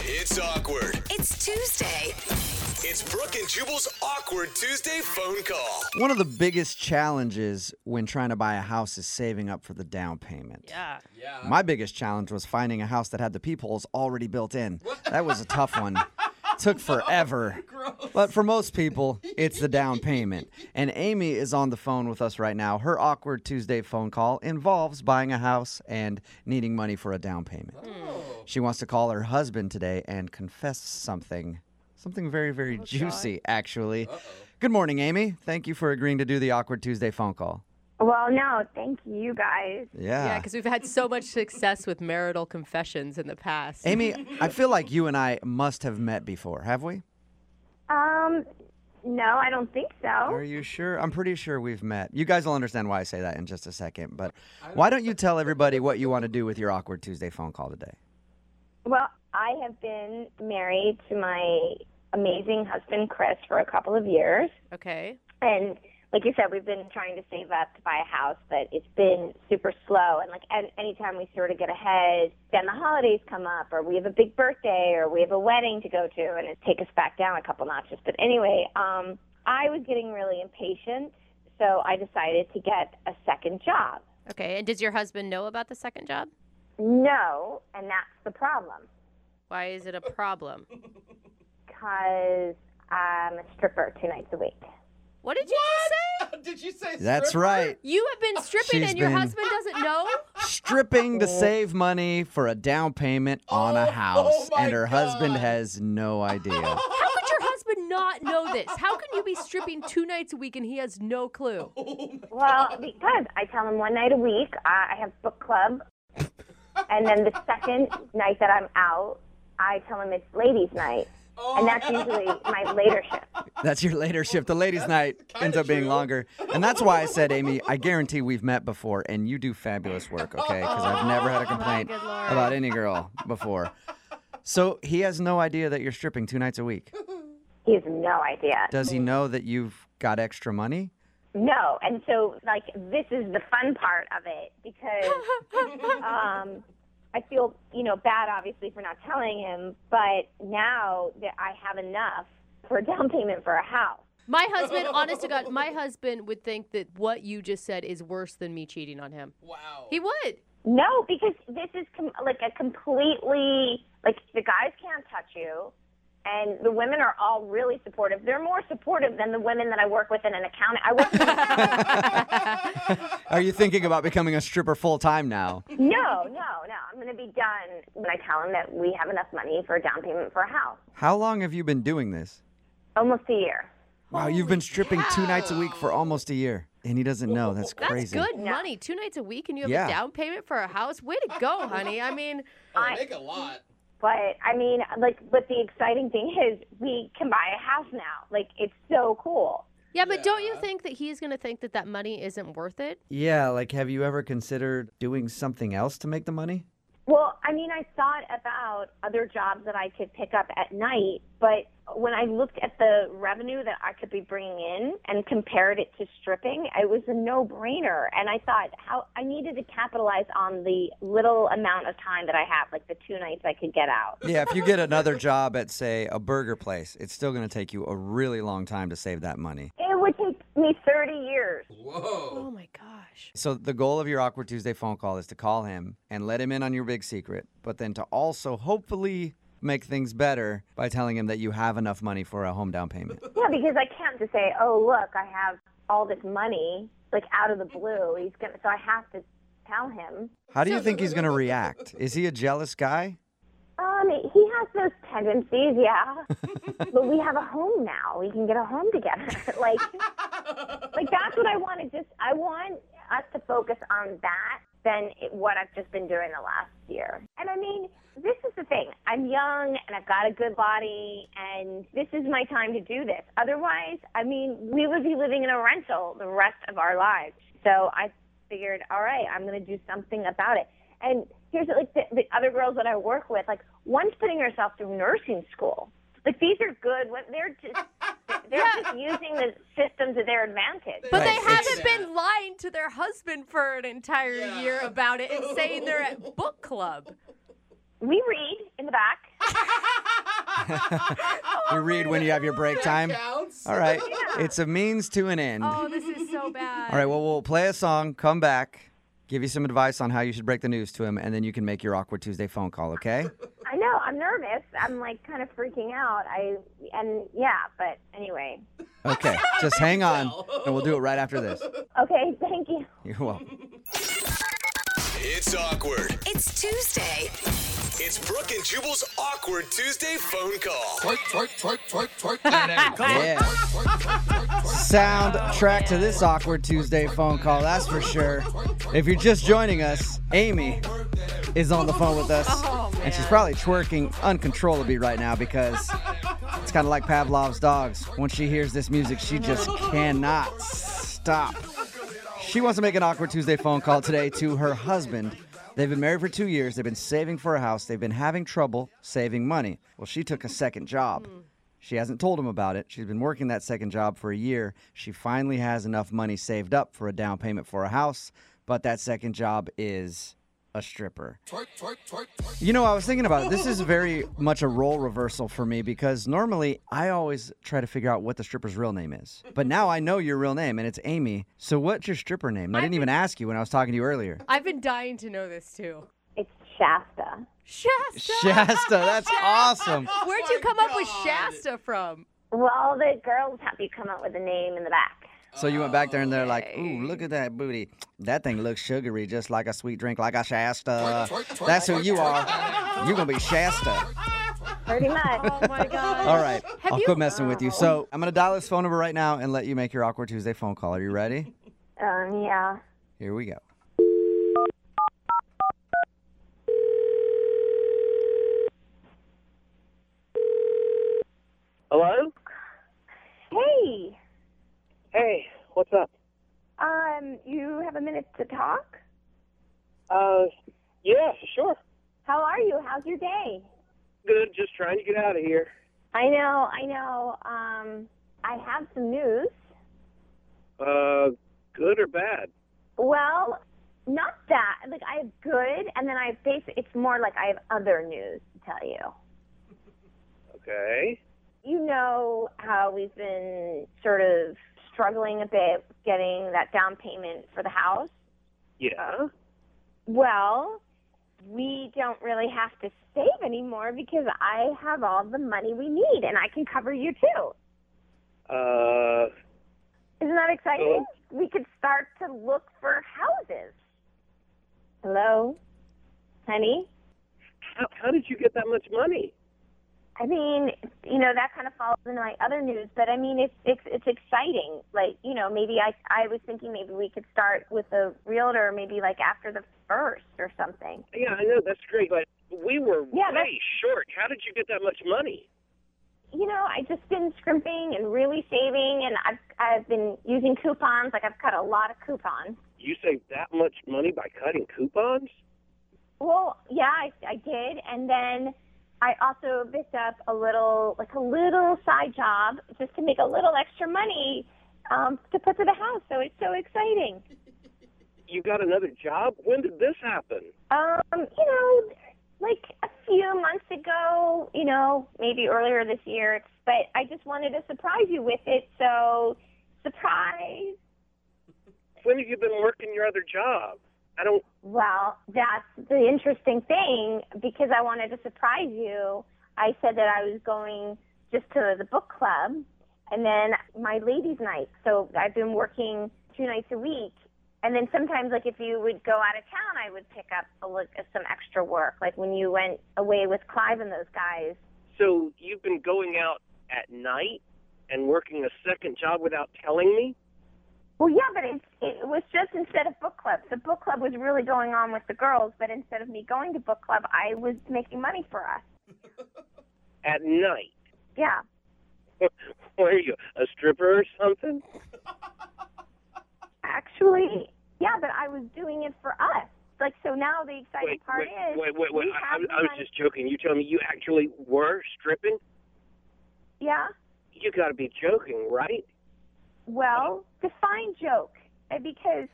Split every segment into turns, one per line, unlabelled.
It's awkward.
It's Tuesday.
It's Brooke and Jubal's awkward Tuesday phone call.
One of the biggest challenges when trying to buy a house is saving up for the down payment.
Yeah.
My biggest challenge was finding a house that had the peepholes already built in. That was a tough one. Took forever. But for most people, it's the down payment. And Amy is on the phone with us right now. Her awkward Tuesday phone call involves buying a house and needing money for a down payment. She wants to call her husband today and confess something. Something very, very juicy, actually. Good morning, Amy. Thank you for agreeing to do the awkward Tuesday phone call.
Well, no, thank you guys.
Yeah, because we've had so much success with marital confessions in the past.
Amy, I feel like you and I must have met before, have we?
Um, no, I don't think
Are
so.
you sure? I'm pretty sure we've met. You guys will understand why I say that in just a second, but why don't you tell everybody what you want to do with your awkward Tuesday phone call today?
Well, I have been married to my amazing husband, Chris, for a couple of years.
Okay.
And like you said, we've been trying to save up to buy a house, but it's been super slow. And like an- anytime we sort of get ahead, then the holidays come up, or we have a big birthday, or we have a wedding to go to, and it take us back down a couple notches. But anyway, um, I was getting really impatient, so I decided to get a second job.
Okay. And does your husband know about the second job?
No, and that's the problem
Why is it a problem?
because I'm a stripper two nights a week.
What did you just say?
Did you say
That's right.
You have been stripping
She's
and your
been-
husband doesn't know?
Stripping to save money for a down payment on a
Oh,
house,
my
and her husband
God.
has no idea.
How could your husband not know this? How can you be stripping two nights a week and he has no clue?
Well, because I tell him one night a week I I have book club, and then the second night that I'm out, I tell him it's ladies' night, and that's usually my later shift.
That's your later shift. The ladies' night ends up being longer. And that's why I said, Amy, I guarantee we've met before and you do fabulous work, okay? Because I've never had a complaint
good Lord.
about any girl before. So he has no idea that you're stripping two nights a week.
He has no idea.
Does he know that you've got extra money?
No, and so like this is the fun part of it because um, I feel you know bad obviously for not telling him, but now that I have enough for a down payment for a house.
My husband, honest to God, my husband would think that what you just said is worse than me cheating on him.
Wow.
He would.
No, because this is com- like a completely like the guys can't touch you, and the women are all really supportive. They're more supportive than the women that I work with in an account. I work.
Are you thinking about becoming a stripper full time now?
no, no, no. I'm going to be done when I tell them that we have enough money for a down payment for a house.
How long have you been doing this?
Almost a year.
Wow, you've been stripping two nights a week for almost a year. And he doesn't know. That's
That's
crazy.
good money. Two nights a week and you have
Yeah.
a down payment for a house? Way to go, honey. I mean,
I make a lot.
But I mean, like, but the exciting thing is we can buy a house now. Like, it's so cool.
Yeah, but don't you think that he's going to think that that money isn't worth it?
Yeah, like have you ever considered doing something else to make the money?
Well, I mean, I thought about other jobs that I could pick up at night, but when I looked at the revenue that I could be bringing in and compared it to stripping, it was a no-brainer. And I thought how I needed to capitalize on the little amount of time that I have, like the two nights I could get out.
Yeah, if you get another job at, say, a burger place, it's still going to take you a really long time to save that money.
It would take me 30 years.
Oh my gosh.
So, the goal of your Awkward Tuesday phone call is to call him and let him in on your big secret, but then to also hopefully make things better by telling him that you have enough money for a home down payment.
Yeah, because I can't just say, "Oh, look, I have all this money," like out of the blue. He's gonna, so I have to tell him.
How do you think he's going to react? Is he a jealous guy?
Um, he has those tendencies, yeah. but we have a home now. We can get a home together. like, like that's what I want to just. I want us to focus on that than it, what I've just been doing the last year. And I mean, this is the thing. I'm young and I've got a good body, and this is my time to do this. Otherwise, I mean, we would be living in a rental the rest of our lives. So I figured, all right, I'm going to do something about it. And here's like the, the other girls that I work with, like one's putting herself through nursing school. Like these are good. wo- They're just they're just using the system to their advantage.
But
Right,
they
it's-
haven't been lying to their husband for an entire year about it and saying they're at book club.
We read in the back.
you read when you have your break time.
counts.
All right. It's a means to an end.
Oh, this is so bad.
All right, well, we'll play a song, come back, give you some advice on how you should break the news to him, and then you can make your Awkward Tuesday phone call, okay?
I know. I'm nervous. I'm like kind of freaking out. I and yeah, but anyway.
Okay, just hang on, and we'll do it right after this.
Okay, thank you.
You're welcome.
It's awkward.
It's Tuesday.
It's Brooke and Jubal's awkward Tuesday phone call.
Twerk, twerk, twerk, twerk, twerk. Twerk,
Yeah.
twerk, twerk, twerk, twerk.
Soundtrack to this Awkward Tuesday phone call, that's for sure. If you're just joining us, Amy is on the phone with us, and she's probably twerking uncontrollably right now because it's kind of like Pavlov's dogs. Once she hears this music, she just cannot stop. She wants to make an awkward Tuesday phone call today to her husband. They've been married for two years. They've been saving for a house. They've been having trouble saving money. Well, she took a second job. She hasn't told him about it. She's been working that second job for a year. She finally has enough money saved up for a down payment for a house, but that second job is a stripper.
Twerk, twerk, twerk, twerk.
You know, I was thinking about it. This is very much a role reversal for me because normally I always try to figure out what the stripper's real name is. But now I know your real name and it's Amy. So what's your stripper name? I didn't even ask you when I was talking to you earlier.
I've been dying to know this too.
It's Shasta.
Shasta.
Shasta, Oh that's awesome.
Where'd you come up with Shasta from?
Well, the girls have you come up with a name in the back.
So you went back there and they're like, ooh, look at that booty. That thing looks sugary, just like a sweet drink, like a Shasta. That's who you are. You're going to be Shasta.
Pretty much.
Oh my god.
All right, I'll quit messing with you. So I'm going to dial this phone number right now and let you make your Awkward Tuesday phone call. Are you ready?
um, yeah.
Here we go.
Hello?
Hey,
Hey, what's up?
um, you have a minute to talk?
Uh, yeah, sure.
How are you? How's your day?
Good, just trying to get out of here.
I know, I know. Um, I have some news.
Uh, good or bad?
Well, not that. Like I have good, and then I have basic. It's more like I have other news to tell you.
Okay.
You know how we've been sort of struggling a bit with getting that down payment for the house.
Yeah.
Well, we don't really have to save anymore because I have all the money we need, and I can cover you too.
Uh,
Isn't that exciting?
Hello?
We could start to look for houses. Hello, honey.
how, how did you get that much money?
I mean, you know, that kind of falls into my other news, but I mean, it's it's, it's exciting. Like, you know, maybe I I was thinking maybe we could start with a realtor, maybe like after the first or something.
Yeah, I know, that's great, but we were
Yeah, that's-
way short. How did you get that much money?
You know, I just been scrimping and really saving, and I've I've been using coupons. Like, I've cut a lot of coupons.
You saved that much money by cutting coupons?
Well, yeah, I, I did, and then I also picked up a little, like a little side job, just to make a little extra money um, to put to the house. So it's so exciting.
You got another job? When did this happen?
Um, you know, like a few months ago, you know, maybe earlier this year, but I just wanted to surprise you with it. So, surprise.
When have you been working your other job? I don't.
Well, that's the interesting thing because I wanted to surprise you. I said that I was going just to the book club and then my ladies' night. So I've been working two nights a week. And then sometimes, like, if you would go out of town, I would pick up a look at some extra work. Like when you went away with Clive and those guys.
So you've been going out at night and working a second job without telling me?
Well, yeah, but it, it was just instead of book club. The book club was really going on with the girls, but instead of me going to book club, I was making money for us.
At night?
Yeah.
What are you, a stripper or something?
Actually, yeah, but I was doing it for us. Like, so now the exciting
Wait,
part
wait,
is
wait, wait, wait.
we
I, I
have
was-
the
I was
money-
just joking. You telling me you actually were stripping?
yeah.
You got to be joking, right?
Well, define joke uh, because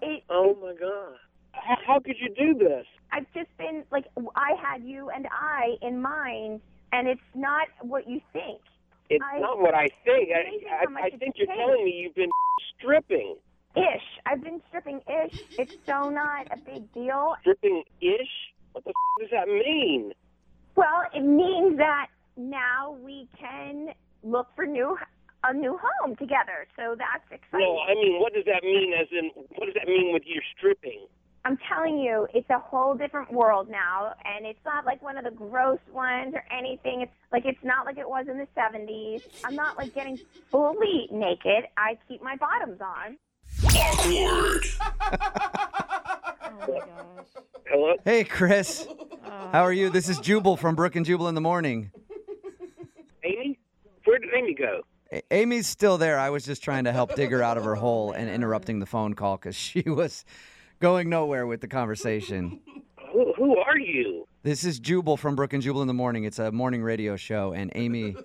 it.
Oh my god! How, how could you do this?
I've just been like, w- I had you and I in mind and it's not what you think.
It's
I-
not what I think.
Amazing
I,
how much
I, I
it's
think you're
changed.
telling me you've been stripping.
Ish. I've been stripping ish. It's so not a big deal.
Stripping ish? What the f- does that mean?
Well, it means that now we can look for new a new home together. So that's exciting.
No, I mean, what does that mean as in, what does that mean with your stripping?
I'm telling you, it's a whole different world now, and it's not like one of the gross ones or anything. It's like it's not like it was in the 70s. I'm not like getting fully naked. I keep my bottoms on.
Awkward.
Hello?
Hey, Chris. How are you? This is Jubal from Brook and Jubal in the Morning.
Amy? Where did Amy go?
A- Amy's still there. I was just trying to help dig her out of her hole and interrupting the phone call because she was going nowhere with the conversation.
Who, who are you?
This is Jubal from Brook and Jubal in the Morning. It's a morning radio show, and Amy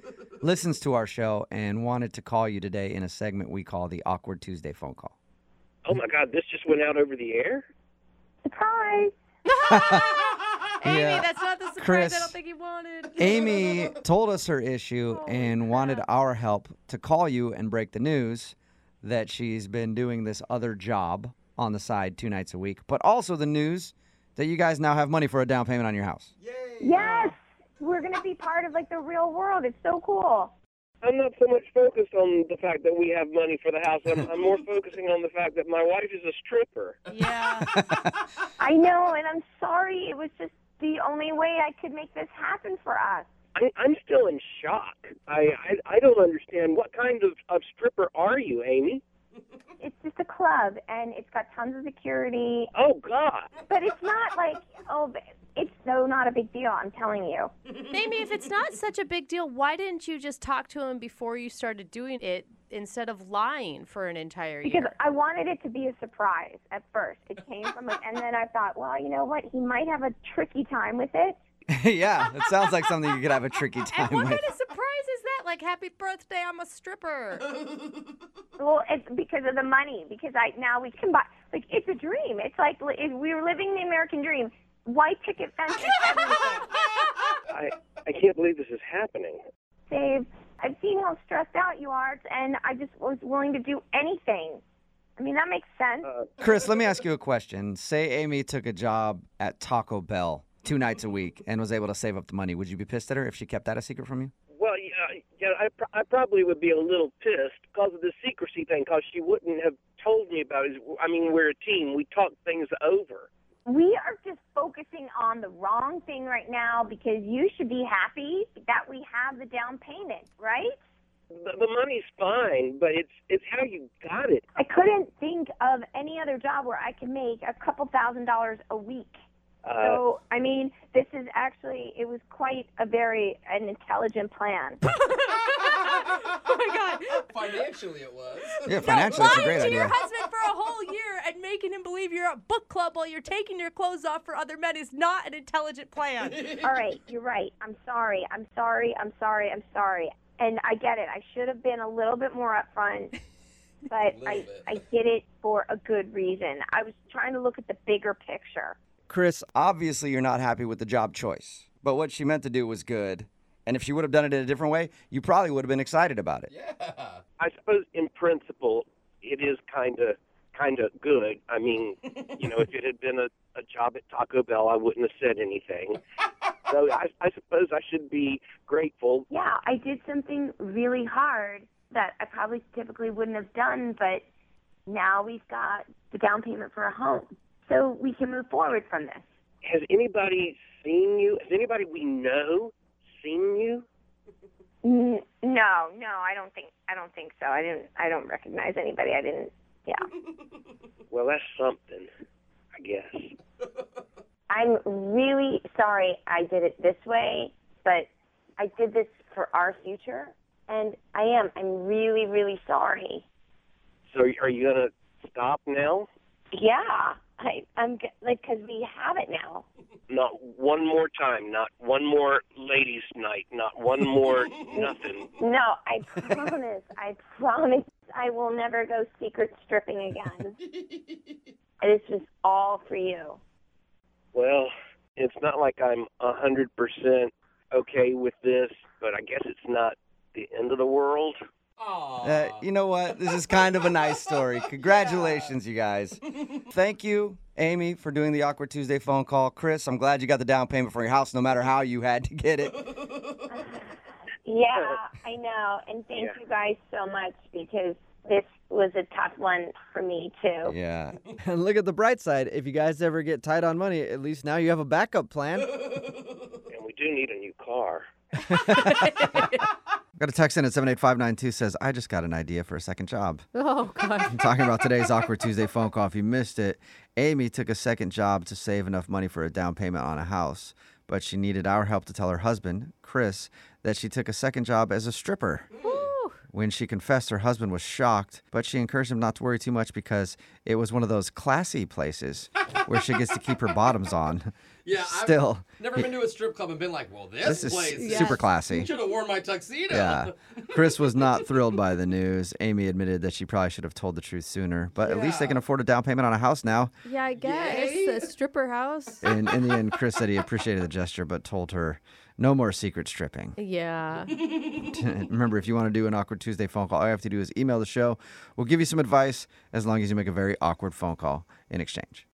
listens to our show and wanted to call you today in a segment we call the Awkward Tuesday phone call.
Oh my God, this just went out over the air?
Surprise!
Amy,
Yeah.
that's not the surprise
Chris.
I don't think he wanted.
Amy told us her issue
Oh,
and wanted our help to call you and break the news that she's been doing this other job on the side two nights a week, but also the news that you guys now have money for a down payment on your house.
Yes, we're gonna be part of like the real world. It's so cool.
I'm not so much focused on the fact that we have money for the house. I'm, I'm more focusing on the fact that my wife is a stripper.
Yeah.
I know, and I'm sorry. It was just the only way I could make this happen for us.
I, I'm still in shock. I, I I don't understand. What kind of, of stripper are you, Amy?
It's just a club, and it's got tons of security,
Oh God!
but it's not like oh, but it's so not a big deal. I'm telling you.
Amy, if it's not such a big deal, why didn't you just talk to him before you started doing it instead of lying for an entire year?
Because I wanted it to be a surprise at first. It came from, like, and then I thought, well, you know what? He might have a tricky time with it.
yeah, it sounds like something you could have a tricky time
and what
with.
kind of surprise is that? Like, happy birthday, I'm a stripper.
Well, it's because of the money. Because I now we can buy. Like, it's a dream. It's like li- if we were living the American dream. White picket fence. is everything.
I I can't believe this is happening.
Dave, I've seen how stressed out you are, and I just was willing to do anything. I mean, that makes sense.
Chris, let me ask you a question. Say Amy took a job at Taco Bell two nights a week and was able to save up the money. Would you be pissed at her if she kept that a secret from you?
Well, yeah, yeah I, pr- I probably would be a little pissed because of the secrecy thing. Because she wouldn't have told me about it. I mean, we're a team. We talk things over.
We are just focusing on the wrong thing right now because you should be happy that we have the down payment, right?
The, the money's fine, but it's it's how you got it.
I couldn't think of any other job where I could make a couple thousand dollars a week. so, I mean, this is actually, it was quite a very an intelligent plan.
Financially, it was.
Yeah, financially, it's a
Lying
great
to
idea.
your husband for a whole year and making him believe you're at book club while you're taking your clothes off for other men is not an intelligent plan.
All right, you're right. I'm sorry. I'm sorry. I'm sorry. I'm sorry. And I get it. I should have been a little bit more upfront, but I,
bit.
I did it for a good reason. I was trying to look at the bigger picture.
Chris, obviously you're not happy with the job choice, but what she meant to do was good. And if she would have done it in a different way, you probably would have been excited about it.
I suppose in principle, it is kind of kind of good. I mean, you know, if it had been a, a job at Taco Bell, I wouldn't have said anything. So I, I suppose I should be grateful.
Yeah, I did something really hard that I probably typically wouldn't have done, but now we've got the down payment for a home. So we can move forward from this.
Has anybody seen you? Has anybody we know seen you?
N- No, no, I don't think I don't think so. I didn't I don't recognize anybody. I didn't. Yeah.
Well, that's something, I guess.
I'm really sorry I did it this way, but I did this for our future, and I am. I'm really, really sorry.
So are you gonna stop now?
Yeah, I, I'm g- like because we have it now.
Not one more time. Not one more ladies' night. Not one more nothing.
No, I promise. I promise. I will never go secret stripping again. this was all for you.
Well, it's not like I'm a hundred percent okay with this, but I guess it's not the end of the world.
Uh, you know what? This is kind of a nice story. Congratulations, you guys. Thank you, Amy, for doing the Awkward Tuesday phone call. Chris, I'm glad you got the down payment for your house, no matter how you had to get it.
Yeah, I know. And thank
Yeah.
you guys so much because this was a tough one for me, too.
Yeah. And look at the bright side. If you guys ever get tight on money, at least now you have a backup plan.
And we do need a new car.
Got a text in at 78592 says, I just got an idea for a second job.
Oh God.
I'm talking about today's Awkward Tuesday phone call. If you missed it, Amy took a second job to save enough money for a down payment on a house, but she needed our help to tell her husband, Chris, that she took a second job as a stripper. When she confessed, her husband was shocked, but she encouraged him not to worry too much because it was one of those classy places where she gets to keep her bottoms on.
Yeah, I've
Still,
Never been to a strip club and been like, well, this,
this is
place
s- super classy.
Should have worn my tuxedo.
Yeah. Chris was not thrilled by the news. Amy admitted that she probably should have told the truth sooner, but at least they can afford a down payment on a house now.
Yeah, I guess
Yay.
a stripper house.
And in the end, Chris said he appreciated the gesture, but told her no more secret stripping.
Yeah.
Remember, if you want to do an awkward Tuesday phone call, all you have to do is email the show. We'll give you some advice as long as you make a very awkward phone call in exchange.